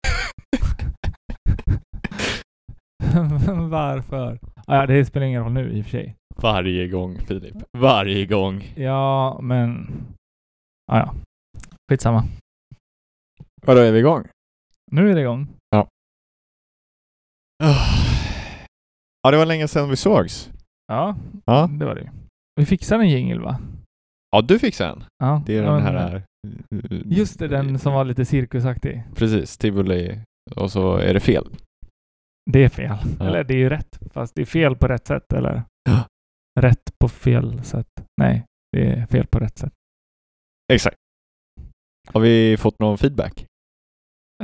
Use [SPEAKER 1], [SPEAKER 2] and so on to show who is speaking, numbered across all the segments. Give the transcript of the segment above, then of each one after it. [SPEAKER 1] Varför? Ah, ja, det spelar ingen roll nu i och för sig.
[SPEAKER 2] Varje gång Filip. Varje gång.
[SPEAKER 1] Ja, men... Ah, ja, skitsamma.
[SPEAKER 2] Vadå, är vi igång?
[SPEAKER 1] Nu är det igång.
[SPEAKER 2] Ja, det var länge sedan vi sågs.
[SPEAKER 1] Ja,
[SPEAKER 2] Ja.
[SPEAKER 1] det var det ju. Vi fixar en jingel va?
[SPEAKER 2] Ja, du fick sen.
[SPEAKER 1] Ja.
[SPEAKER 2] Det är
[SPEAKER 1] ja,
[SPEAKER 2] den
[SPEAKER 1] men-
[SPEAKER 2] här... eh,
[SPEAKER 1] Just det, den som var lite cirkusaktig.
[SPEAKER 2] Precis, tivoli och så är det fel.
[SPEAKER 1] Det är fel.
[SPEAKER 2] Ja.
[SPEAKER 1] Eller det är ju rätt, fast det är fel på rätt sätt eller?
[SPEAKER 2] Ja.
[SPEAKER 1] Rätt på fel sätt. Nej, det är fel på rätt sätt.
[SPEAKER 2] Exakt. Har vi fått någon feedback?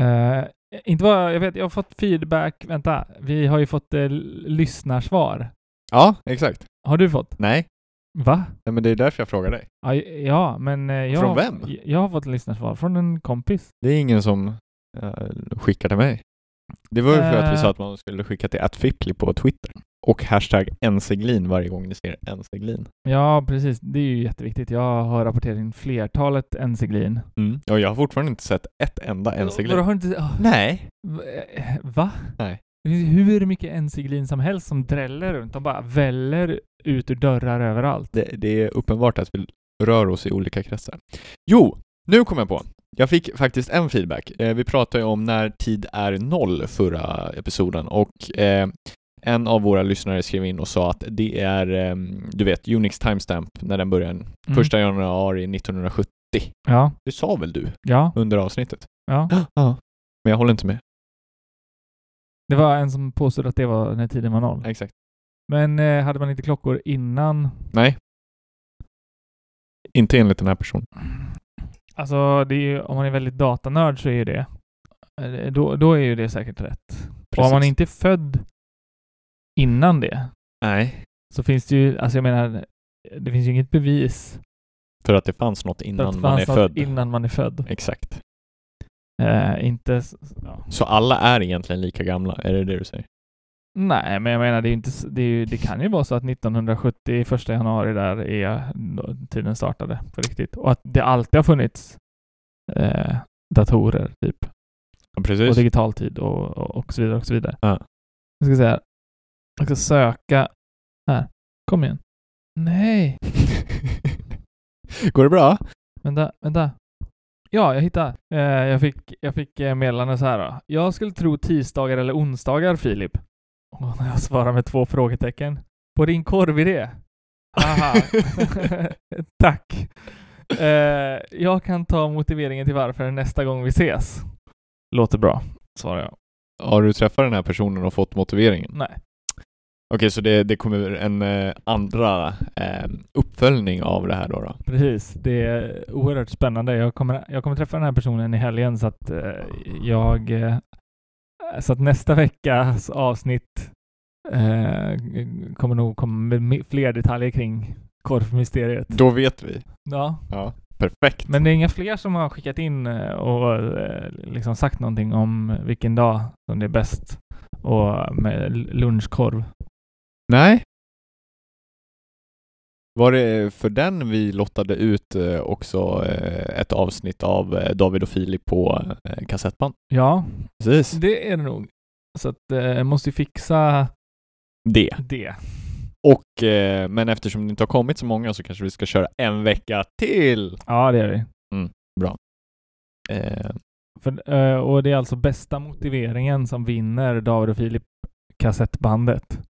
[SPEAKER 1] Eh, inte vad jag vet, jag har fått feedback. Vänta, vi har ju fått eh, lyssnarsvar.
[SPEAKER 2] Ja, exakt.
[SPEAKER 1] Har du fått?
[SPEAKER 2] Nej,
[SPEAKER 1] Va?
[SPEAKER 2] Nej men det är därför jag frågar dig.
[SPEAKER 1] Ja, j- ja men... eh, Jag,
[SPEAKER 2] Från vem?
[SPEAKER 1] Jag har fått lyssnarsvar från en kompis.
[SPEAKER 2] Det är ingen som eh, skickar till mig. Det var ju för att vi
[SPEAKER 1] Eh.
[SPEAKER 2] sa att man skulle skicka till attfippli på Twitter. Och hashtag enseglin varje gång ni ser enseglin.
[SPEAKER 1] Ja, precis. Det är ju jätteviktigt. Jag har rapporterat in flertalet enseglin.
[SPEAKER 2] Mm. Och jag har fortfarande inte sett ett enda
[SPEAKER 1] Vadå,
[SPEAKER 2] enseglin.
[SPEAKER 1] har du inte... ah,
[SPEAKER 2] Nej.
[SPEAKER 1] v- eh, Va?
[SPEAKER 2] Nej.
[SPEAKER 1] Det finns hur mycket enseglin som helst som dräller runt. De bara väller ut ur dörrar överallt.
[SPEAKER 2] Det, det är uppenbart att vi rör oss i olika kretsar. Jo, nu kom jag på. Jag fick faktiskt en feedback. Eh, vi pratade ju om när tid är noll förra episoden och eh, en av våra lyssnare skrev in och sa att det är, eh, du vet, Unix timestamp när den börjar
[SPEAKER 1] Mm.
[SPEAKER 2] första januari 1970.
[SPEAKER 1] Ja,
[SPEAKER 2] Det sa väl du
[SPEAKER 1] ja,
[SPEAKER 2] under avsnittet?
[SPEAKER 1] ja.
[SPEAKER 2] Ja. Men jag håller inte med.
[SPEAKER 1] Det var en som påstod att det var när tiden var noll.
[SPEAKER 2] Exakt.
[SPEAKER 1] Men eh, hade man inte klockor innan?
[SPEAKER 2] Nej. Inte enligt den här personen.
[SPEAKER 1] Alltså, det är ju, om man är väldigt datanörd så är ju det. eh, Då, då är ju det säkert rätt. Och om man
[SPEAKER 2] Precis.
[SPEAKER 1] inte är född innan det
[SPEAKER 2] Nej.
[SPEAKER 1] så finns det ju, alltså jag menar, det finns ju inget bevis
[SPEAKER 2] För att det fanns något
[SPEAKER 1] för att
[SPEAKER 2] innan
[SPEAKER 1] det
[SPEAKER 2] man
[SPEAKER 1] fanns
[SPEAKER 2] är
[SPEAKER 1] något
[SPEAKER 2] född.
[SPEAKER 1] innan man är född.
[SPEAKER 2] Exakt.
[SPEAKER 1] Eh, inte... s- Ja.
[SPEAKER 2] Så alla är egentligen lika gamla, är det det du säger?
[SPEAKER 1] Nej, men jag menar, det, är ju inte, s- det, är ju, det kan ju vara så att 1970, första januari där, är då tiden startade på riktigt. Och att det alltid har funnits eh, datorer, typ.
[SPEAKER 2] Ja,
[SPEAKER 1] Och
[SPEAKER 2] precis.
[SPEAKER 1] digital tid och, och, och så vidare och så vidare.
[SPEAKER 2] Ja.
[SPEAKER 1] Jag ska säga, jag ska söka här. Kom igen. Nej,
[SPEAKER 2] Går det bra?
[SPEAKER 1] vänta, vänta. Ja, jag hittade. Eh, jag fick, jag fick eh, meddelande så här då. Jag skulle tro tisdagar eller onsdagar, Filip. Och när jag svarar med två frågetecken. På din korv i det? Haha. Tack. Eh, jag kan ta motiveringen till varför nästa gång vi ses. Låter bra, svarar jag.
[SPEAKER 2] Har du träffat den här personen och fått motiveringen?
[SPEAKER 1] Nej.
[SPEAKER 2] Okej, så det, det kommer en eh, andra eh, uppföljning av det här då? då.
[SPEAKER 1] Precis, det är oerhört spännande. Jag kommer, jag kommer träffa den här personen i helgen så att eh, jag... Eh, så att nästa veckas avsnitt eh, kommer nog komma med me- fler detaljer kring korvmysteriet.
[SPEAKER 2] Då vet vi.
[SPEAKER 1] Ja.
[SPEAKER 2] Ja, perfekt.
[SPEAKER 1] Men det är inga fler som har skickat in eh, och eh, liksom sagt någonting om vilken dag som det är bäst och med l- lunchkorv.
[SPEAKER 2] Nej. Var det för den vi lottade ut eh, också eh, ett avsnitt av eh, David och Filip på eh, kassettband?
[SPEAKER 1] Ja,
[SPEAKER 2] Precis.
[SPEAKER 1] det är det nog. Så att eh, jag måste ju fixa
[SPEAKER 2] Det.
[SPEAKER 1] det.
[SPEAKER 2] Och, eh, men eftersom det inte har kommit så många så kanske vi ska köra en vecka till.
[SPEAKER 1] Ja, det gör vi.
[SPEAKER 2] Eh,
[SPEAKER 1] För, eh, och det är alltså bästa motiveringen som vinner David och Filip kassettbandet.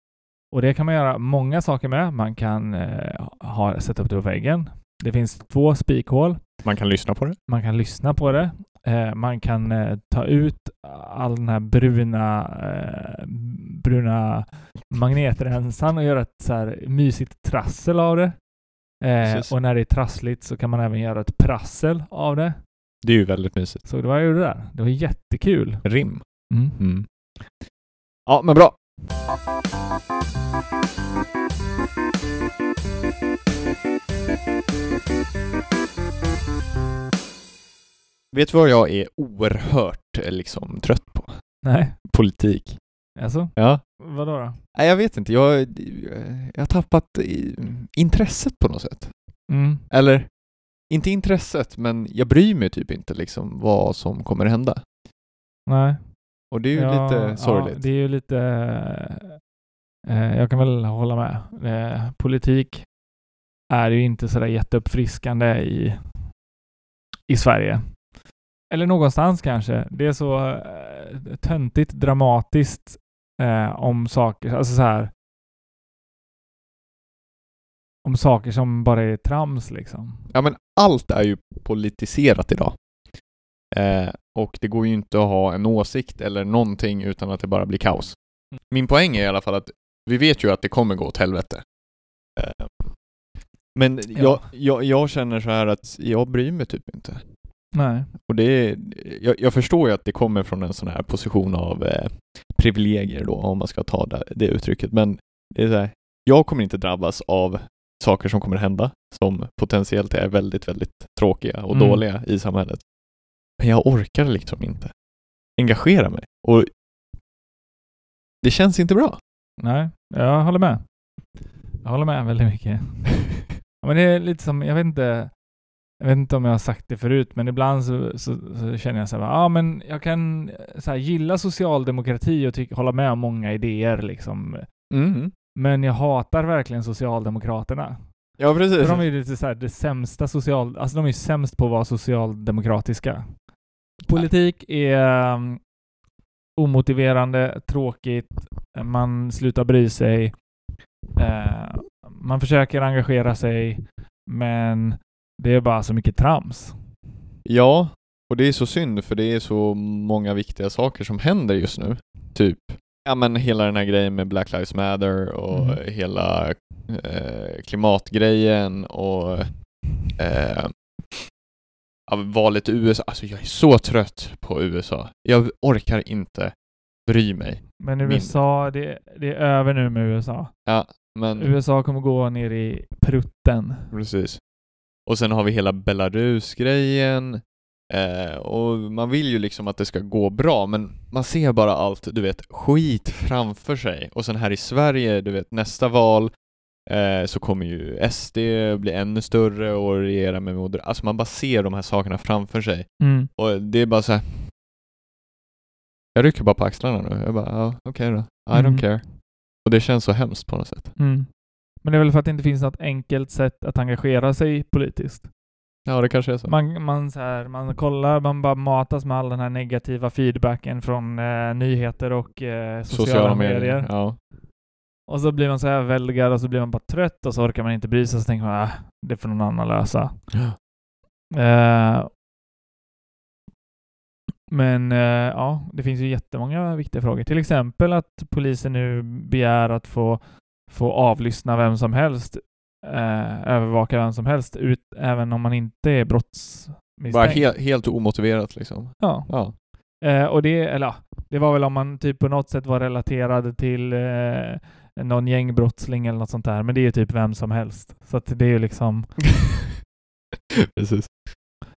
[SPEAKER 1] Och det kan man göra många saker med. Man kan eh, ha, sätta upp det på väggen. Det finns två spikhål.
[SPEAKER 2] man kan lyssna på det.
[SPEAKER 1] Man kan lyssna på det. Eh, man kan eh, ta ut all den här bruna, eh, bruna magnetrensaren och göra ett så här mysigt trassel av det.
[SPEAKER 2] Precis.
[SPEAKER 1] Eh, och när det är trassligt så kan man även göra ett prassel av det.
[SPEAKER 2] Det är ju väldigt mysigt.
[SPEAKER 1] Såg du vad jag gjorde där? Det var jättekul.
[SPEAKER 2] Rim.
[SPEAKER 1] Mm.
[SPEAKER 2] Ja, men bra. Vet du vad jag är oerhört eh, liksom, trött på?
[SPEAKER 1] Nej,
[SPEAKER 2] Politik.
[SPEAKER 1] alltså?
[SPEAKER 2] Ja.
[SPEAKER 1] Vadå då?
[SPEAKER 2] Nej, jag vet inte. Jag, jag har tappat eh, intresset på något sätt.
[SPEAKER 1] Mm.
[SPEAKER 2] Eller, inte intresset, men jag bryr mig typ inte liksom vad som kommer hända.
[SPEAKER 1] Nej.
[SPEAKER 2] Och det är ju lite sorgligt.
[SPEAKER 1] Ja, det är ju lite... Eh, jag kan väl hålla med. Eh, politik är ju inte sådär jätteuppfriskande i, i Sverige. Eller någonstans kanske. Det är så eh, töntigt dramatiskt eh, om saker, alltså så här om saker som bara är trams liksom.
[SPEAKER 2] Ja, men allt är ju politiserat idag. Eh, och det går ju inte att ha en åsikt eller någonting utan att det bara blir kaos.
[SPEAKER 1] Mm.
[SPEAKER 2] Min poäng är i alla fall att vi vet ju att det kommer gå åt helvete. Eh, men jag,
[SPEAKER 1] Ja.
[SPEAKER 2] jag, jag känner så här att jag bryr mig typ inte.
[SPEAKER 1] Nej.
[SPEAKER 2] Och det är, jag, jag förstår ju att det kommer från en sån här position av eh, privilegier då, om man ska ta det, det uttrycket. Men det är så här, jag kommer inte drabbas av saker som kommer hända, som potentiellt är väldigt, väldigt tråkiga och
[SPEAKER 1] Mm.
[SPEAKER 2] dåliga i samhället. Men jag orkar liksom inte engagera mig. Och det känns inte bra.
[SPEAKER 1] Nej, jag håller med. Jag håller med väldigt mycket. Ja, Men det är lite som, jag vet inte, jag vet inte om jag har sagt det förut, men ibland så, så, så känner jag så här, ja ah, men jag kan eh, så här, gilla socialdemokrati och tyck, hålla med om många idéer liksom.
[SPEAKER 2] Mm.
[SPEAKER 1] Men jag hatar verkligen Socialdemokraterna.
[SPEAKER 2] Ja, precis.
[SPEAKER 1] För de är ju lite så här, det sämsta social... Alltså de är ju sämst på att vara socialdemokratiska. Politik är um, omotiverande, tråkigt, man slutar bry sig, eh, man försöker engagera sig, men det är bara så mycket trams.
[SPEAKER 2] Ja, och det är så synd för det är så många viktiga saker som händer just nu. Typ, ja men hela den här grejen med Black Lives Matter och
[SPEAKER 1] Mm.
[SPEAKER 2] hela eh, klimatgrejen och eh, ja, valet i USA. Alltså jag är så trött på USA. Jag orkar inte bry mig.
[SPEAKER 1] Men
[SPEAKER 2] Min-
[SPEAKER 1] USA, det, det är över nu med USA.
[SPEAKER 2] Men
[SPEAKER 1] USA kommer gå ner i prutten.
[SPEAKER 2] precis. Och sen har vi hela Belarus-grejen. Eh, och man vill ju liksom att det ska gå bra, men man ser bara allt, du vet, skit framför sig. Och sen här i Sverige, du vet, nästa val eh, så kommer ju SD bli ännu större och regera med Moderaterna. Alltså man bara ser de här sakerna framför sig.
[SPEAKER 1] Mm.
[SPEAKER 2] Och det är bara så här. Jag rycker bara på axlarna nu. Jag bara, ja, okej då. I
[SPEAKER 1] Mm.
[SPEAKER 2] don't care. Och det känns så hemskt på något sätt.
[SPEAKER 1] Mm. Men det är väl för att det inte finns något enkelt sätt att engagera sig politiskt.
[SPEAKER 2] Ja, det kanske är så.
[SPEAKER 1] Man, man, så här, man kollar, man bara matas med all den här negativa feedbacken från eh, nyheter och eh, sociala, medier.
[SPEAKER 2] Ja.
[SPEAKER 1] Och så blir man så här överväldigad och så blir man bara trött och så orkar man inte bry sig och så tänker man äh, det får någon annan lösa. Eh, men eh, ja, det finns ju jättemånga viktiga frågor. Till exempel att polisen nu begär att få, få avlyssna vem som helst, eh, övervaka vem som helst, ut, även om man inte är brottsmisstänkt.
[SPEAKER 2] Bara helt, helt omotiverat liksom.
[SPEAKER 1] Ja.
[SPEAKER 2] Ja.
[SPEAKER 1] Eh, och det, eller ja, det var väl om man typ på något sätt var relaterad till eh, någon gängbrottsling eller något sånt där. Men det är ju typ vem som helst. Så att det är ju liksom...
[SPEAKER 2] Precis.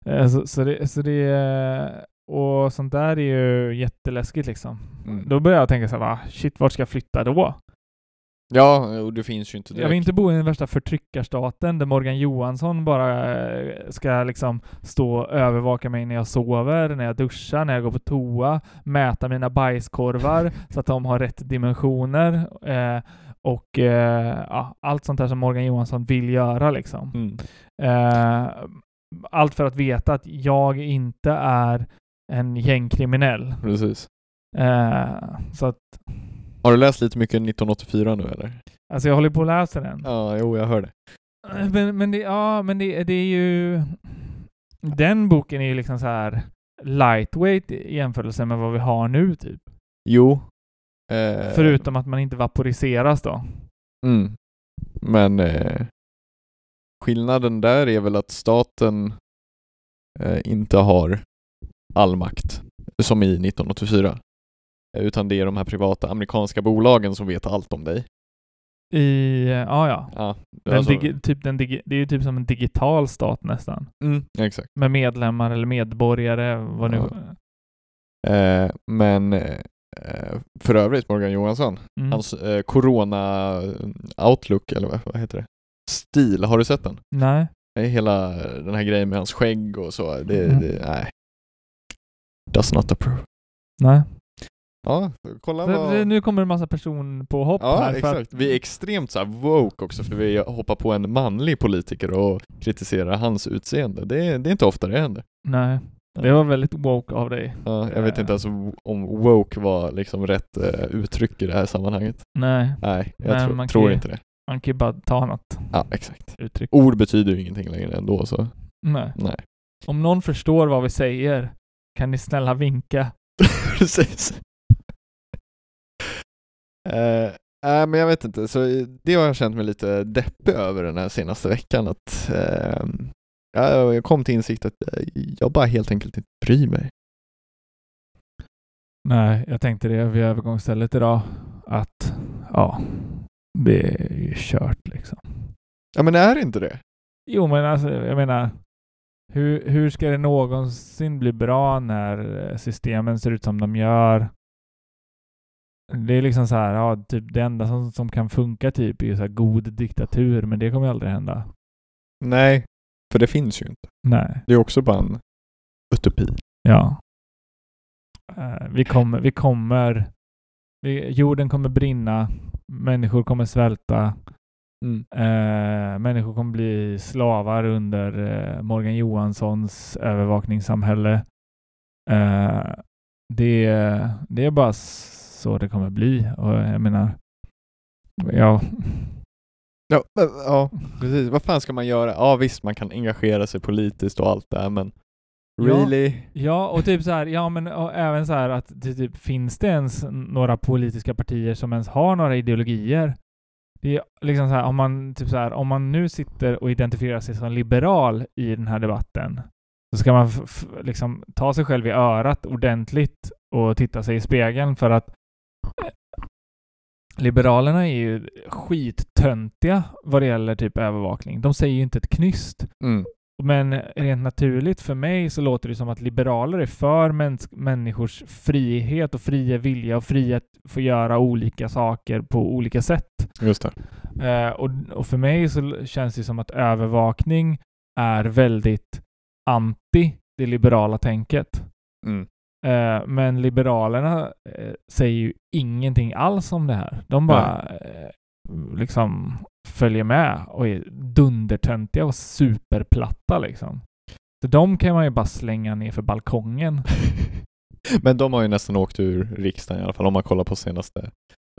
[SPEAKER 1] Eh, så, så det... Så det eh, och sånt där är ju jätteläskigt liksom.
[SPEAKER 2] Mm.
[SPEAKER 1] Då börjar jag tänka så här, va, shit, vart ska jag flytta då?
[SPEAKER 2] Ja, och det finns ju inte direkt.
[SPEAKER 1] Jag vill inte bo i den värsta förtryckarstaten där Morgan Johansson bara eh, ska liksom stå och övervaka mig när jag sover, när jag duschar, när jag går på toa, mäta mina bajskorvar så att de har rätt dimensioner eh, och eh, ja, allt sånt där som Morgan Johansson vill göra liksom.
[SPEAKER 2] Mm.
[SPEAKER 1] Eh, allt för att veta att jag inte är en gängkriminell.
[SPEAKER 2] Precis.
[SPEAKER 1] Eh, så att,
[SPEAKER 2] Har du läst lite mycket 1984 nu eller?
[SPEAKER 1] alltså jag håller på att läsa den.
[SPEAKER 2] Ja, jo jag hör det.
[SPEAKER 1] Eh, Men, men, det, ja, men det, det är ju... Den boken är ju liksom så här lightweight i jämförelse med vad vi har nu typ.
[SPEAKER 2] Jo. Eh,
[SPEAKER 1] Förutom att man inte vaporiseras då.
[SPEAKER 2] Mm. Men eh, skillnaden där är väl att staten eh, inte har all makt, som i 1984. Eh, Utan det är de här privata amerikanska bolagen som vet allt om dig.
[SPEAKER 1] I, ja ja.
[SPEAKER 2] Ja,
[SPEAKER 1] Den
[SPEAKER 2] alltså-
[SPEAKER 1] digi, typ den digi, det är ju typ som en digital stat nästan.
[SPEAKER 2] mm, exakt.
[SPEAKER 1] Med medlemmar eller medborgare, vad nu...
[SPEAKER 2] Ja. Eh, men eh, eh, för övrigt Morgan Johansson,
[SPEAKER 1] Mm.
[SPEAKER 2] hans eh, corona eh, outlook eller vad, vad heter det? Stil, har du sett den?
[SPEAKER 1] Nej.
[SPEAKER 2] Det är Hela den här grejen med hans skägg och så, det,
[SPEAKER 1] Mm.
[SPEAKER 2] det nej. Does not approve.
[SPEAKER 1] Nej.
[SPEAKER 2] Ja, kolla
[SPEAKER 1] Det- det-
[SPEAKER 2] vad...
[SPEAKER 1] Nu kommer en massa personpåhopp
[SPEAKER 2] Ja,
[SPEAKER 1] här. för
[SPEAKER 2] exakt. Vi är extremt så här woke också för vi hoppar på en manlig politiker och kritiserar hans utseende. Det, det är inte ofta det händer.
[SPEAKER 1] Att, nej, det var väldigt woke av dig.
[SPEAKER 2] Ja, jag vet
[SPEAKER 1] Eh.
[SPEAKER 2] inte ens om woke var liksom rätt eh, uttryck i det här sammanhanget.
[SPEAKER 1] Nej,
[SPEAKER 2] Nej, jag
[SPEAKER 1] Nej,
[SPEAKER 2] tro,
[SPEAKER 1] man kan
[SPEAKER 2] tror
[SPEAKER 1] ju-
[SPEAKER 2] inte det.
[SPEAKER 1] man kan ju bara ta annat
[SPEAKER 2] Ja, exakt.
[SPEAKER 1] uttryck.
[SPEAKER 2] Ord betyder ju ingenting längre ändå så
[SPEAKER 1] Nej.
[SPEAKER 2] nej.
[SPEAKER 1] Om någon förstår vad vi säger, kan ni snälla vinka?
[SPEAKER 2] Precis. Eh, Nej, men jag vet inte. Så eh, det har jag känt mig lite deppig över den här senaste veckan. Att, eh, ja, jag kom till insikt att eh, jag bara helt enkelt inte bryr mig.
[SPEAKER 1] Nej, jag tänkte det vid övergångsstället idag. Att, ja, det är ju kört liksom.
[SPEAKER 2] Ja, men är det inte det?
[SPEAKER 1] Jo, men alltså, jag menar, hur, hur ska det någonsin bli bra när eh, systemen ser ut som de gör? Det är liksom så här, ja, typ det enda som, som kan funka typ är ju så här god diktatur, men det kommer ju aldrig hända.
[SPEAKER 2] Nej, för det finns ju inte.
[SPEAKER 1] Nej,
[SPEAKER 2] Det är också bara en utopi.
[SPEAKER 1] ja. Eh, vi kommer, vi kommer, vi, jorden kommer brinna, människor kommer svälta, Mm. Eh, människor kommer bli slavar under eh, Morgan Johanssons övervakningssamhälle. Eh, det, det är bara s- så det kommer bli. Och jag menar, ja,
[SPEAKER 2] Ja, men, ja, precis. Vad fan ska man göra? Ja, visst, man kan engagera sig politiskt och allt det här, men
[SPEAKER 1] Ja.
[SPEAKER 2] really?
[SPEAKER 1] ja och typ så här, ja men och även så här att det typ, finns det ens några politiska partier som ens har några ideologier? Det är liksom så här, om man, typ så här, om man nu sitter och identifierar sig som liberal i den här debatten, så ska man f- f- liksom ta sig själv i örat ordentligt och titta sig i spegeln för att eh, Liberalerna är ju skittöntiga vad det gäller typ övervakning. De säger ju inte ett knyst.
[SPEAKER 2] Mm.
[SPEAKER 1] Men rent naturligt för mig så låter det som att liberaler är för mäns- människors frihet och fria vilja och frihet att få göra olika saker på olika sätt.
[SPEAKER 2] Just det.
[SPEAKER 1] Eh, och, och för mig så l- känns det som att övervakning är väldigt anti det liberala tänket.
[SPEAKER 2] Mm.
[SPEAKER 1] Eh, men liberalerna eh, säger ju ingenting alls om det här. De bara eh, liksom följer med och är dundertöntiga och superplatta liksom. Så de kan man ju bara slänga ner för balkongen.
[SPEAKER 2] Men de har ju nästan åkt ur riksdagen i alla fall om man kollar på senaste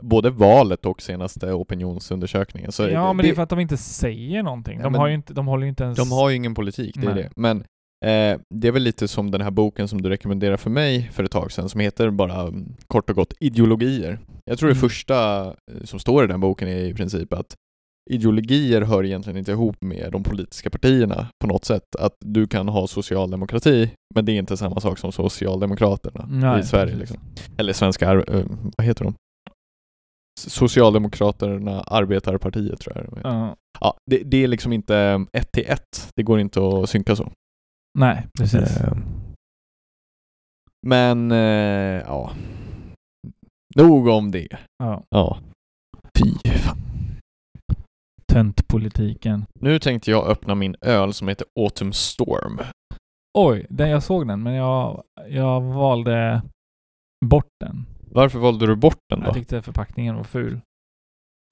[SPEAKER 2] både valet och senaste opinionsundersökningen. Så
[SPEAKER 1] ja,
[SPEAKER 2] det-
[SPEAKER 1] men det, är för att de inte säger någonting.
[SPEAKER 2] Ja,
[SPEAKER 1] de,
[SPEAKER 2] men-
[SPEAKER 1] har ju inte, de håller ju inte ens...
[SPEAKER 2] de har ju ingen politik, det är
[SPEAKER 1] Nej.
[SPEAKER 2] det. Men eh, det är väl lite som den här boken som du rekommenderade för mig för ett tag sedan som heter bara mm, kort och gott Ideologier. Jag tror det
[SPEAKER 1] Mm.
[SPEAKER 2] första eh, som står i den boken är i princip att ideologier hör egentligen inte ihop med de politiska partierna på något sätt. Att du kan ha socialdemokrati, men det är inte samma sak som socialdemokraterna
[SPEAKER 1] Nej,
[SPEAKER 2] i Sverige.
[SPEAKER 1] precis.
[SPEAKER 2] Liksom. Eller svenska, ar- eh, vad heter de? Socialdemokraterna Arbetarpartiet tror jag de heter.
[SPEAKER 1] Ja.
[SPEAKER 2] Ja, det, det är liksom inte eh, ett till ett. Det går inte att synka så.
[SPEAKER 1] nej, precis.
[SPEAKER 2] Eh, Men, eh, ja. Nog om det.
[SPEAKER 1] Ja.
[SPEAKER 2] Ja. Fy fan.
[SPEAKER 1] Töntpolitiken.
[SPEAKER 2] Nu tänkte jag öppna min öl som heter Autumn Storm.
[SPEAKER 1] Oj, den, jag såg den, men jag, jag valde bort den.
[SPEAKER 2] Varför valde du bort den då?
[SPEAKER 1] Jag tyckte förpackningen var ful.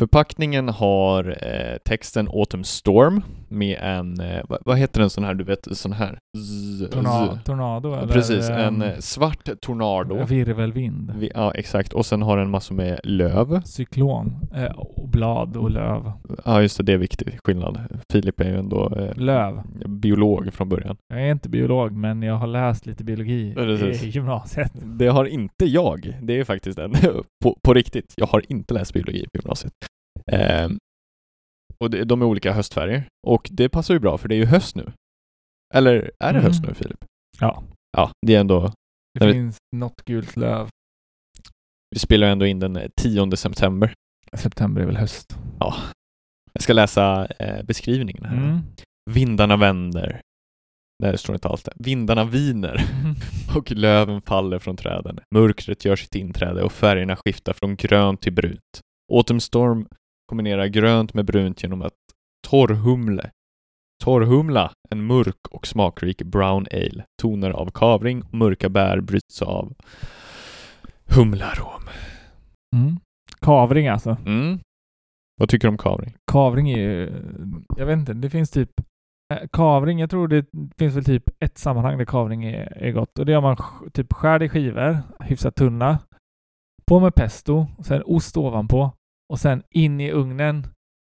[SPEAKER 2] Förpackningen har eh, texten Autumn Storm med en, eh, vad, vad heter en sån här, du vet, sån här? Z,
[SPEAKER 1] Tornado,
[SPEAKER 2] z.
[SPEAKER 1] tornado eller?
[SPEAKER 2] Precis, en
[SPEAKER 1] ehm,
[SPEAKER 2] eh, svart tornado.
[SPEAKER 1] Virvelvind.
[SPEAKER 2] Vi, ja, exakt. Och sen har den massor med löv.
[SPEAKER 1] Cyklon. Eh, och blad och löv.
[SPEAKER 2] Ja, just det, det är viktig skillnad. Filip är ju ändå eh,
[SPEAKER 1] Löv.
[SPEAKER 2] biolog från början.
[SPEAKER 1] Jag är inte biolog, men jag har läst lite biologi
[SPEAKER 2] Precis.
[SPEAKER 1] i gymnasiet.
[SPEAKER 2] Det har inte jag. Det är faktiskt en, på, på riktigt. Jag har inte läst biologi på gymnasiet. Ehm, och det, de är olika höstfärger. Och det passar ju bra för det är ju höst nu. Eller är det höst
[SPEAKER 1] Mm.
[SPEAKER 2] nu Filip?
[SPEAKER 1] Ja.
[SPEAKER 2] Ja, det är ändå,
[SPEAKER 1] Det
[SPEAKER 2] Jag vet-
[SPEAKER 1] finns något gult löv.
[SPEAKER 2] vi spelar ju ändå in den 10 september.
[SPEAKER 1] September är väl höst?
[SPEAKER 2] Jag ska läsa eh, beskrivningen här.
[SPEAKER 1] Mm.
[SPEAKER 2] Vindarna vänder. Nej, det står inte alls det. Vindarna viner. och löven faller från träden. Mörkret gör sitt inträde och färgerna skiftar från grönt till brunt. Autumn Storm kombinerar grönt med brunt genom att torrhumle Torrhumla, en mörk och smakrik brown ale. Toner av kavring och mörka bär bryts av Humlarom.
[SPEAKER 1] Mm. Kavring alltså.
[SPEAKER 2] Mm. Vad tycker du om kavring?
[SPEAKER 1] Kavring är ju... Jag vet inte, det finns typ... eh, Kavring, jag tror det finns väl typ ett sammanhang där kavring är, är gott. Och det gör man sk- typ skär det i skivor, hyfsat tunna. På med pesto, sen ost ovanpå. Och sen in i ugnen.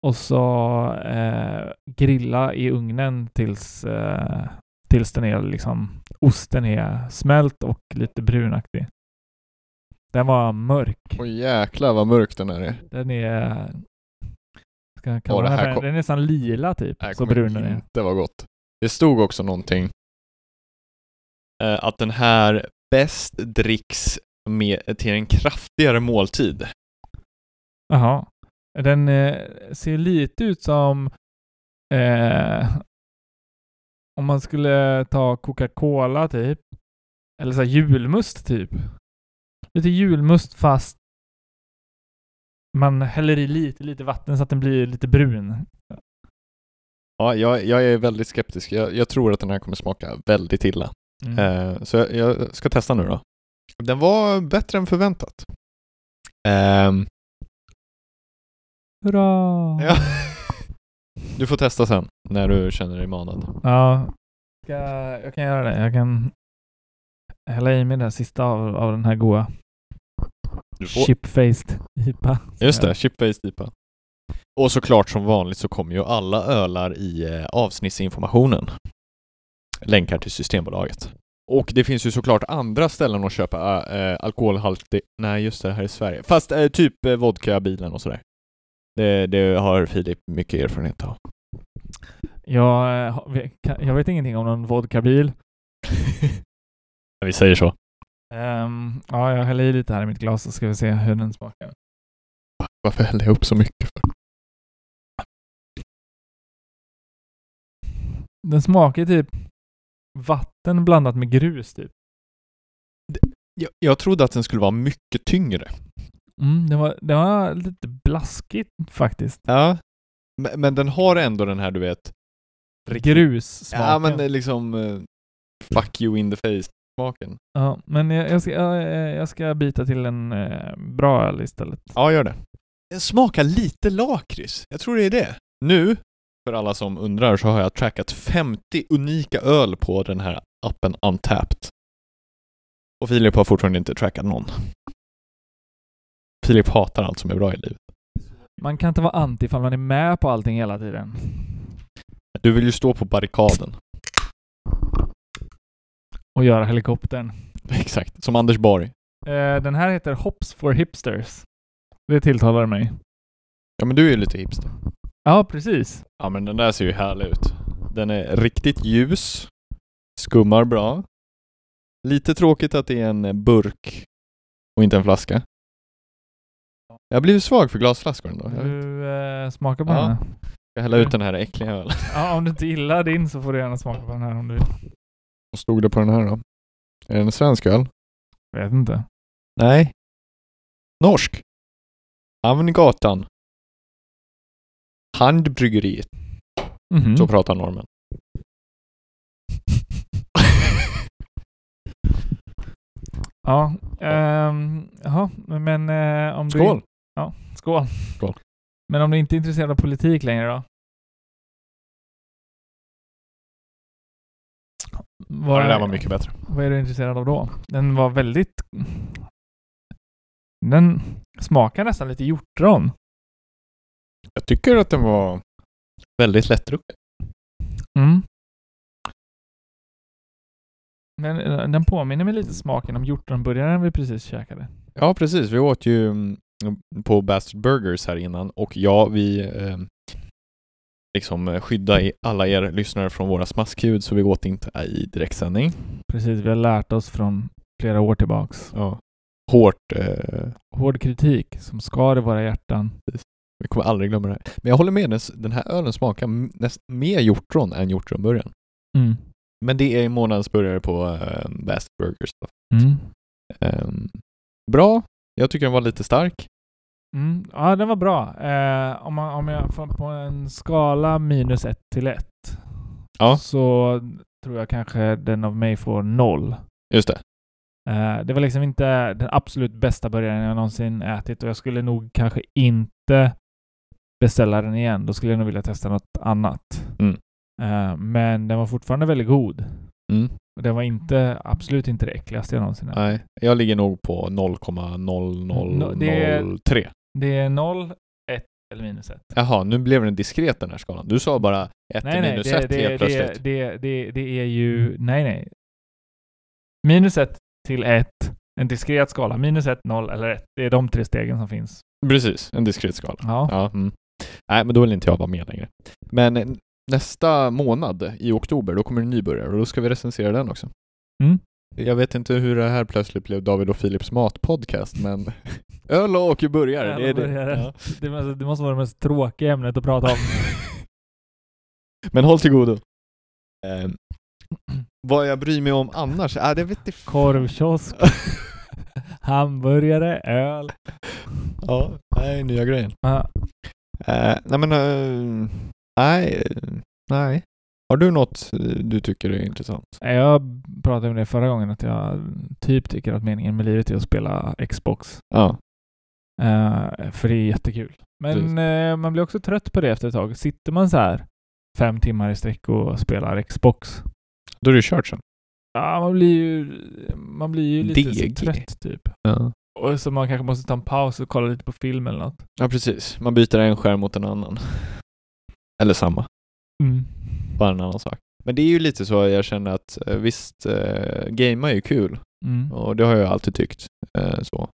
[SPEAKER 1] Och så eh, grilla i ugnen tills, eh, tills den är liksom... Osten är smält och lite brunaktig. Den var mörk.
[SPEAKER 2] Oj jäklar vad mörk den här är.
[SPEAKER 1] Den är... Ska jag
[SPEAKER 2] Åh,
[SPEAKER 1] kalla
[SPEAKER 2] det
[SPEAKER 1] den,
[SPEAKER 2] här
[SPEAKER 1] här
[SPEAKER 2] kom-
[SPEAKER 1] kom... den är nästan lila typ.
[SPEAKER 2] Det här
[SPEAKER 1] Så
[SPEAKER 2] kommer
[SPEAKER 1] brun den är.
[SPEAKER 2] inte vara gott. Det stod också någonting eh, att den här bäst dricks med, till en kraftigare måltid.
[SPEAKER 1] Jaha. Den eh, ser lite ut som... Eh, om man skulle ta Coca-Cola typ. Eller så här julmust typ. Lite julmust fast man häller i lite, lite vatten så att den blir lite brun.
[SPEAKER 2] Ja, jag, jag är väldigt skeptisk. Jag, jag tror att den här kommer smaka väldigt illa.
[SPEAKER 1] Mm.
[SPEAKER 2] Eh, så jag, jag ska testa nu då. Den var bättre än förväntat. Ehm,
[SPEAKER 1] Hurra!
[SPEAKER 2] ja. Du får testa sen när du känner dig manad.
[SPEAKER 1] Ja, ska, jag kan göra det. Jag kan hälla i mig det här sista av, av den här goa
[SPEAKER 2] Du får,
[SPEAKER 1] chipfaced IPA.
[SPEAKER 2] Just det, chip-based IPA. Och såklart som vanligt så kommer ju alla ölar i eh, avsnittsinformationen. Länkar till Systembolaget. Och det finns ju såklart andra ställen att köpa äh, alkoholhaltig... Nej, just det, här i Sverige. Fast eh, typ eh, vodkabilen och sådär. Det, det har Filip mycket erfarenhet av.
[SPEAKER 1] Jag, eh, har- vet- kan- jag vet ingenting om någon vodkabil.
[SPEAKER 2] Vi säger så.
[SPEAKER 1] Ehm, ja, jag häller i lite här i mitt glas så ska vi se hur den smakar.
[SPEAKER 2] Varför hällde jag upp så mycket? För?
[SPEAKER 1] Den smakar typ vatten blandat med grus typ.
[SPEAKER 2] Jag, jag trodde att den skulle vara mycket tyngre.
[SPEAKER 1] Mm, den, var, den var lite blaskigt faktiskt.
[SPEAKER 2] Ja. Men, men den har ändå den här, du vet...
[SPEAKER 1] Grus-smaken.
[SPEAKER 2] Ja, men det är liksom... eh, fuck you in the face-smaken.
[SPEAKER 1] Ja, men jag, jag, ska, jag, jag ska byta till en eh, bra öl istället.
[SPEAKER 2] Ja, gör det. Den smakar lite lakrits. Jag tror det är det. Nu, för alla som undrar, så har jag trackat 50 unika öl på den här appen Untapped. Och Filip har fortfarande inte trackat någon. Filip hatar allt som är bra i livet.
[SPEAKER 1] Man kan inte vara anti ifall man är med på allting hela tiden.
[SPEAKER 2] Du vill ju stå på barrikaden.
[SPEAKER 1] Och göra helikoptern.
[SPEAKER 2] Exakt, som Anders Borg.
[SPEAKER 1] Eh, den här heter Hops for Hipsters. Det tilltalar mig.
[SPEAKER 2] Ja, men du är ju lite hipster.
[SPEAKER 1] Ja, precis.
[SPEAKER 2] Ja, men den där ser ju härlig ut. Den är riktigt ljus, skummar bra. Lite tråkigt att det är en eh, burk och inte en flaska. Jag blir ju svag för glasflaskor ändå. Jag
[SPEAKER 1] Du eh, smakar på
[SPEAKER 2] Ja.
[SPEAKER 1] den här.
[SPEAKER 2] ska hälla ut den här äckliga ölen.
[SPEAKER 1] Ja, om du inte gillar din så får du gärna smaka på den här om du vill.
[SPEAKER 2] Vad stod det på den här då? Är det en svensk öl?
[SPEAKER 1] Vet inte.
[SPEAKER 2] Nej. Norsk. Hamngatan. Handbryggeriet.
[SPEAKER 1] Mhm.
[SPEAKER 2] Så pratar norrmän.
[SPEAKER 1] Ja, ehm, jaha, men eh, om du...
[SPEAKER 2] Skål!
[SPEAKER 1] Skål!
[SPEAKER 2] Skål.
[SPEAKER 1] Men om du inte är intresserad av politik längre då?
[SPEAKER 2] Ja,
[SPEAKER 1] Vad,
[SPEAKER 2] det där var mycket bättre.
[SPEAKER 1] vad är du intresserad av då? Den var väldigt... Den smakar nästan lite hjortron.
[SPEAKER 2] Jag tycker att den var väldigt lättdrucken.
[SPEAKER 1] Mm. Men eh, den påminner mig lite smaken om hjortronburgaren vi precis käkade.
[SPEAKER 2] Ja, precis. Vi åt ju mm, på Bastard Burgers här innan och ja, vi eh, liksom eh, skydda i alla er lyssnare från våra smaskljud så vi åt inte i direktsändning.
[SPEAKER 1] Precis, vi har lärt oss från flera år tillbaks.
[SPEAKER 2] Ja. Hårt. Eh,
[SPEAKER 1] Hård kritik som skar i våra hjärtan.
[SPEAKER 2] vi kommer aldrig glömma det här. Men jag håller med, den s- den här ölen smakar m- näst, mer hjortron än hjortronburgaren.
[SPEAKER 1] Mm.
[SPEAKER 2] Men det är månadens burgare på eh, Bastard Burgers. då.
[SPEAKER 1] Mm.
[SPEAKER 2] Ehm, bra. Jag tycker den var lite stark.
[SPEAKER 1] Mm. Ja, den var bra. Eh, om, man, om jag får på en skala minus ett till ett
[SPEAKER 2] Ja.
[SPEAKER 1] så tror jag kanske den av mig får noll.
[SPEAKER 2] Just det.
[SPEAKER 1] Eh, det var liksom inte den absolut bästa burgaren jag någonsin ätit och jag skulle nog kanske inte beställa den igen. Då skulle jag nog vilja testa något annat.
[SPEAKER 2] Mm.
[SPEAKER 1] Eh, men den var fortfarande väldigt god.
[SPEAKER 2] Mm.
[SPEAKER 1] Och den var inte, absolut inte det äckligaste jag någonsin ätit.
[SPEAKER 2] Nej, jag ligger nog på
[SPEAKER 1] No, det är-
[SPEAKER 2] 0,0003.
[SPEAKER 1] Det är 0, 1 eller minus 1.
[SPEAKER 2] Jaha, nu blev den diskret den här skalan. Du sa bara 1
[SPEAKER 1] Nej, nej,
[SPEAKER 2] minus 1
[SPEAKER 1] det,
[SPEAKER 2] helt
[SPEAKER 1] det, det,
[SPEAKER 2] plötsligt.
[SPEAKER 1] det, det, det är ju... Nej, nej. Minus 1 till 1. En diskret skala. Minus 1, 0 eller 1. Det är de tre stegen som finns.
[SPEAKER 2] Precis, en diskret skala.
[SPEAKER 1] Ja.
[SPEAKER 2] Ja, mm. Nej, men då vill inte jag vara med längre. Men eh, nästa månad, i oktober, då kommer en nybörjare och då ska vi recensera den också.
[SPEAKER 1] Mm.
[SPEAKER 2] Jag vet inte hur det här plötsligt blev David och Philips matpodcast, men öl och burgare, det är det.
[SPEAKER 1] Ölburgare.
[SPEAKER 2] Ja.
[SPEAKER 1] Det, måste- det måste vara det mest tråkiga ämnet att prata om.
[SPEAKER 2] Men håll till godo. Eh, vad jag bryr mig om annars? Ah, det vet jag
[SPEAKER 1] Korvkiosk, hamburgare, öl.
[SPEAKER 2] Ja, nej, nya grejen.
[SPEAKER 1] Ja.
[SPEAKER 2] Eh, nej men, eh, nej, eh, nej. Har du något eh, du tycker är intressant?
[SPEAKER 1] Jag pratade om det förra gången, att jag typ tycker att meningen med livet är att spela Xbox.
[SPEAKER 2] Ja.
[SPEAKER 1] Eh, för det är jättekul.
[SPEAKER 2] Precis.
[SPEAKER 1] Men eh, man blir också trött på det efter ett tag. Sitter man så här fem timmar i sträck och spelar Xbox.
[SPEAKER 2] Då är det kört sen.
[SPEAKER 1] Ja, man blir ju, man blir ju lite
[SPEAKER 2] DG.
[SPEAKER 1] så trött typ.
[SPEAKER 2] Ja.
[SPEAKER 1] Och så man kanske måste ta en paus och kolla lite på film eller något.
[SPEAKER 2] ja, precis. Man byter en skärm mot en annan. Eller samma,
[SPEAKER 1] Mm.
[SPEAKER 2] bara en annan sak. Men det är ju lite så jag känner att eh, visst, eh, gamea är ju kul
[SPEAKER 1] Mm.
[SPEAKER 2] och det har jag alltid tyckt. Eh, så.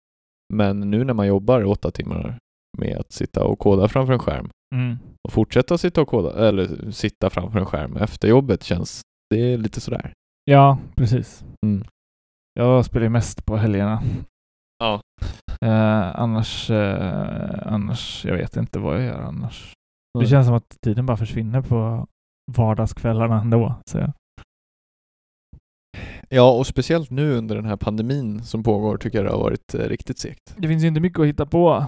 [SPEAKER 2] Men nu när man jobbar åtta timmar med att sitta och koda framför en skärm
[SPEAKER 1] Mm.
[SPEAKER 2] och fortsätta sitta och koda, eller sitta framför en skärm efter jobbet känns, det är lite sådär.
[SPEAKER 1] Ja, precis.
[SPEAKER 2] Mm.
[SPEAKER 1] Jag spelar ju mest på helgerna.
[SPEAKER 2] Ja.
[SPEAKER 1] Eh, annars, eh, annars, jag vet inte vad jag gör annars.
[SPEAKER 2] Nej.
[SPEAKER 1] Det känns som att tiden bara försvinner på vardagskvällarna ändå. Så jag.
[SPEAKER 2] Ja, och speciellt nu under den här pandemin som pågår tycker jag det har varit eh, riktigt segt.
[SPEAKER 1] Det finns ju inte mycket att hitta på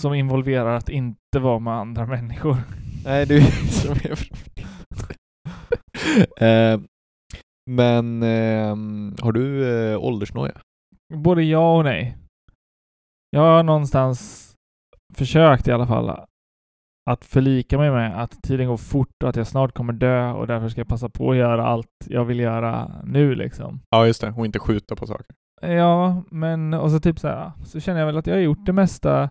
[SPEAKER 1] som involverar att inte vara med andra människor.
[SPEAKER 2] Nej, det är som är eh, Men ehm, har du eh, åldersnoja?
[SPEAKER 1] Både ja och nej. Jag har någonstans försökt i alla fall att förlika mig med att tiden går fort och att jag snart kommer dö och därför ska jag passa på att göra allt jag vill göra nu liksom.
[SPEAKER 2] Ja, just det. Och inte skjuta på saker.
[SPEAKER 1] Ja, men och så typ så här, så känner jag väl att jag har gjort det mesta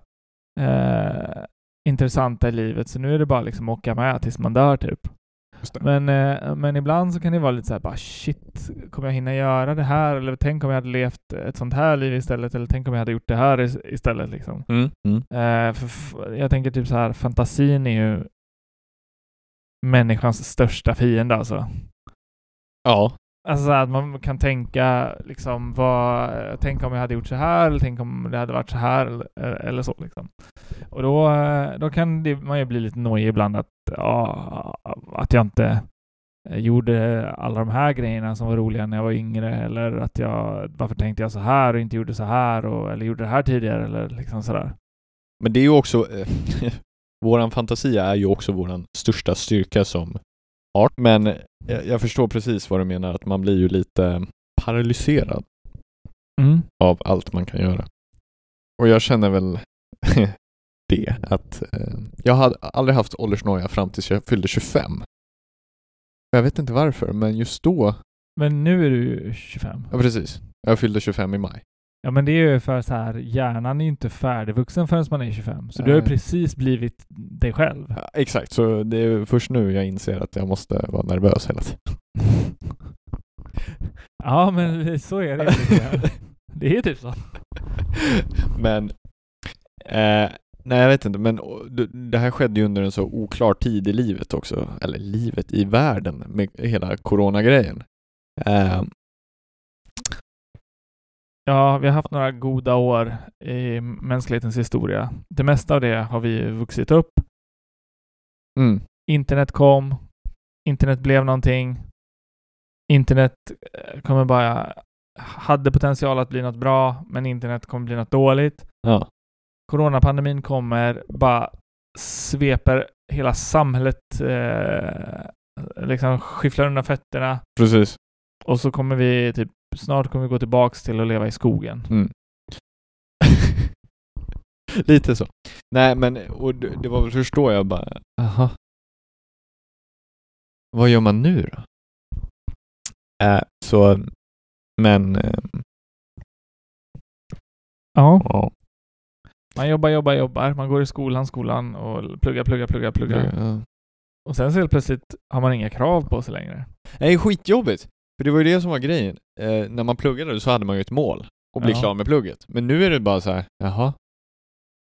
[SPEAKER 1] eh, intressanta i livet så nu är det bara liksom att åka med tills man dör typ.
[SPEAKER 2] Just det.
[SPEAKER 1] Men, eh, men ibland så kan det vara lite så här bara shit, kommer jag hinna göra det här? Eller tänk om jag hade levt ett sånt här liv istället? Eller tänk om jag hade gjort det här is- istället? Liksom.
[SPEAKER 2] Mm. Mm.
[SPEAKER 1] Eh, för f- jag tänker typ så här, fantasin är ju människans största fiende alltså.
[SPEAKER 2] Ja.
[SPEAKER 1] Alltså så här, att man kan tänka liksom vad, tänk om jag hade gjort så här, eller tänk om det hade varit så här, eller, eller så liksom. Och då, eh, då kan det, man ju bli lite nojig ibland att, ja, att jag inte eh, gjorde alla de här grejerna som var roliga när jag var yngre, eller att jag, varför tänkte jag så här och inte gjorde så här, och, eller gjorde det här tidigare, eller liksom sådär.
[SPEAKER 2] Men det är ju också, eh, våran fantasi är ju också våran största styrka som art. Men eh, jag förstår precis vad du menar, att man blir ju lite paralyserad
[SPEAKER 1] Mm.
[SPEAKER 2] av allt man kan göra. Och jag känner väl det, att eh, jag hade aldrig haft åldersnoja fram tills jag fyllde 25. Jag vet inte varför, men just då,
[SPEAKER 1] Men nu är du ju 25.
[SPEAKER 2] ja precis, jag fyllde 25 i maj.
[SPEAKER 1] Ja men det är ju för så här, hjärnan är ju inte färdigvuxen förrän man är 25. Så du har
[SPEAKER 2] Nej.
[SPEAKER 1] ju precis blivit dig själv.
[SPEAKER 2] Ja, Exakt, så det är först nu jag inser att jag måste vara nervös hela tiden.
[SPEAKER 1] Ja men så är det ju. lite grann. Det är ju typ så.
[SPEAKER 2] Men, eh, nej jag vet inte, men och, det- det här skedde ju under en så oklar tid i livet också, eller livet i världen med hela coronagrejen. Eh,
[SPEAKER 1] Ja, vi har haft några goda år i mänsklighetens historia. Det mesta av det har vi ju vuxit upp.
[SPEAKER 2] mm,
[SPEAKER 1] Internet kom. Internet blev någonting. Internet eh, kommer bara... Hade potential att bli något bra, men internet kommer bli något dåligt.
[SPEAKER 2] ja,
[SPEAKER 1] coronapandemin kommer, bara sveper hela samhället, eh, liksom skyfflar undan fötterna
[SPEAKER 2] precis.
[SPEAKER 1] och så kommer vi typ snart kommer vi gå tillbaks till att leva i skogen.
[SPEAKER 2] mm. Lite så. Nej, men och det, det var väl förstår jag bara, aha. Vad gör man nu då? Äh, så, men... eh,
[SPEAKER 1] Ja.
[SPEAKER 2] Ja.
[SPEAKER 1] Man jobbar, jobbar, jobbar. Man går i skolan, skolan och pluggar, pluggar, pluggar, pluggar.
[SPEAKER 2] ja.
[SPEAKER 1] Och sen så helt plötsligt har man inga krav på sig längre.
[SPEAKER 2] Nej, skitjobbigt. För det var ju det som var grejen. Eh, när man pluggade så hade man ju ett mål och bli
[SPEAKER 1] Ja.
[SPEAKER 2] klar med plugget. Men nu är det bara så här, jaha.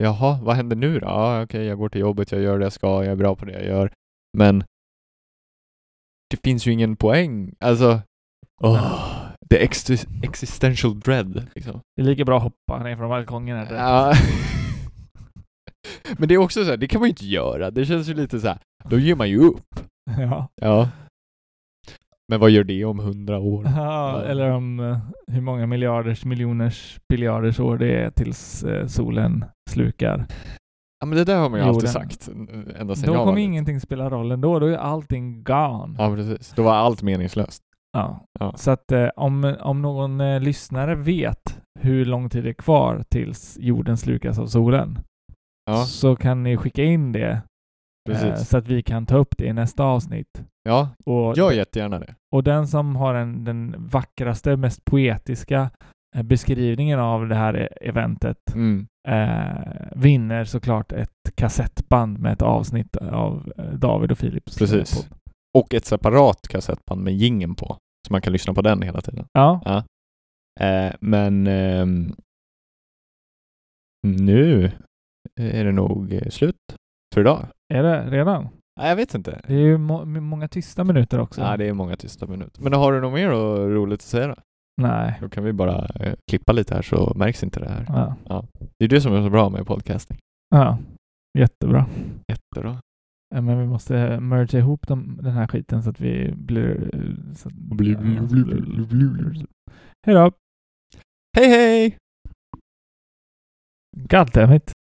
[SPEAKER 2] Jaha, vad händer nu då? Ja, okej, jag går till jobbet, jag gör det jag ska, jag är bra på det jag gör. Men det finns ju ingen poäng. Alltså, åh, det är ex- existential dread. Liksom.
[SPEAKER 1] Det är lika bra att hoppa ner från balkongen. Här.
[SPEAKER 2] Ja. Men det är också så här, det kan man ju inte göra. Det känns ju lite så här, då ger man ju upp.
[SPEAKER 1] Ja.
[SPEAKER 2] Ja. Men vad gör det om hundra år?
[SPEAKER 1] Ja, eller om eh, hur många miljarders, miljoners, biljarders år det är tills eh, solen slukar.
[SPEAKER 2] Ja men det där har man ju
[SPEAKER 1] Jo,
[SPEAKER 2] alltid
[SPEAKER 1] den-
[SPEAKER 2] sagt, n- ända sedan
[SPEAKER 1] Då
[SPEAKER 2] jag var
[SPEAKER 1] kommer
[SPEAKER 2] liten.
[SPEAKER 1] ingenting spela roll ändå. Då är allting gone.
[SPEAKER 2] Ja precis, då var allt meningslöst.
[SPEAKER 1] Ja.
[SPEAKER 2] Ja.
[SPEAKER 1] Så att eh, om, om någon eh, lyssnare vet hur lång tid det är kvar tills jorden slukas av solen
[SPEAKER 2] Ja,
[SPEAKER 1] så kan ni skicka in det eh,
[SPEAKER 2] precis.
[SPEAKER 1] så att vi kan ta upp det i nästa avsnitt.
[SPEAKER 2] Ja,
[SPEAKER 1] Och,
[SPEAKER 2] gör jättegärna det.
[SPEAKER 1] och den som har en, den vackraste, mest poetiska eh, beskrivningen av det här e- eventet
[SPEAKER 2] Mm.
[SPEAKER 1] eh, vinner såklart ett kassettband med ett avsnitt av eh, David och Philips.
[SPEAKER 2] Precis.
[SPEAKER 1] podd.
[SPEAKER 2] Och ett separat kassettband med jingeln på, så man kan lyssna på den hela tiden.
[SPEAKER 1] Ja,
[SPEAKER 2] Eh, men ehm, nu är det nog eh, slut för idag.
[SPEAKER 1] är det redan?
[SPEAKER 2] Nej, jag vet inte.
[SPEAKER 1] Det är ju må- många tysta minuter också.
[SPEAKER 2] Ja, det är många tysta minuter. Men har du något mer då, roligt att säga då?
[SPEAKER 1] Nej.
[SPEAKER 2] Då kan vi bara eh, klippa lite här så märks inte det här.
[SPEAKER 1] Ja.
[SPEAKER 2] Det är det som är så bra med podcasting.
[SPEAKER 1] ja. Jättebra.
[SPEAKER 2] Jättebra.
[SPEAKER 1] Ja, Men vi måste merge ihop dem, den här skiten så att vi blir... eh, Så att,
[SPEAKER 2] Blu- blu- blu- blu- blu- blu.
[SPEAKER 1] Hej då!
[SPEAKER 2] Hej hej!
[SPEAKER 1] Goddammit!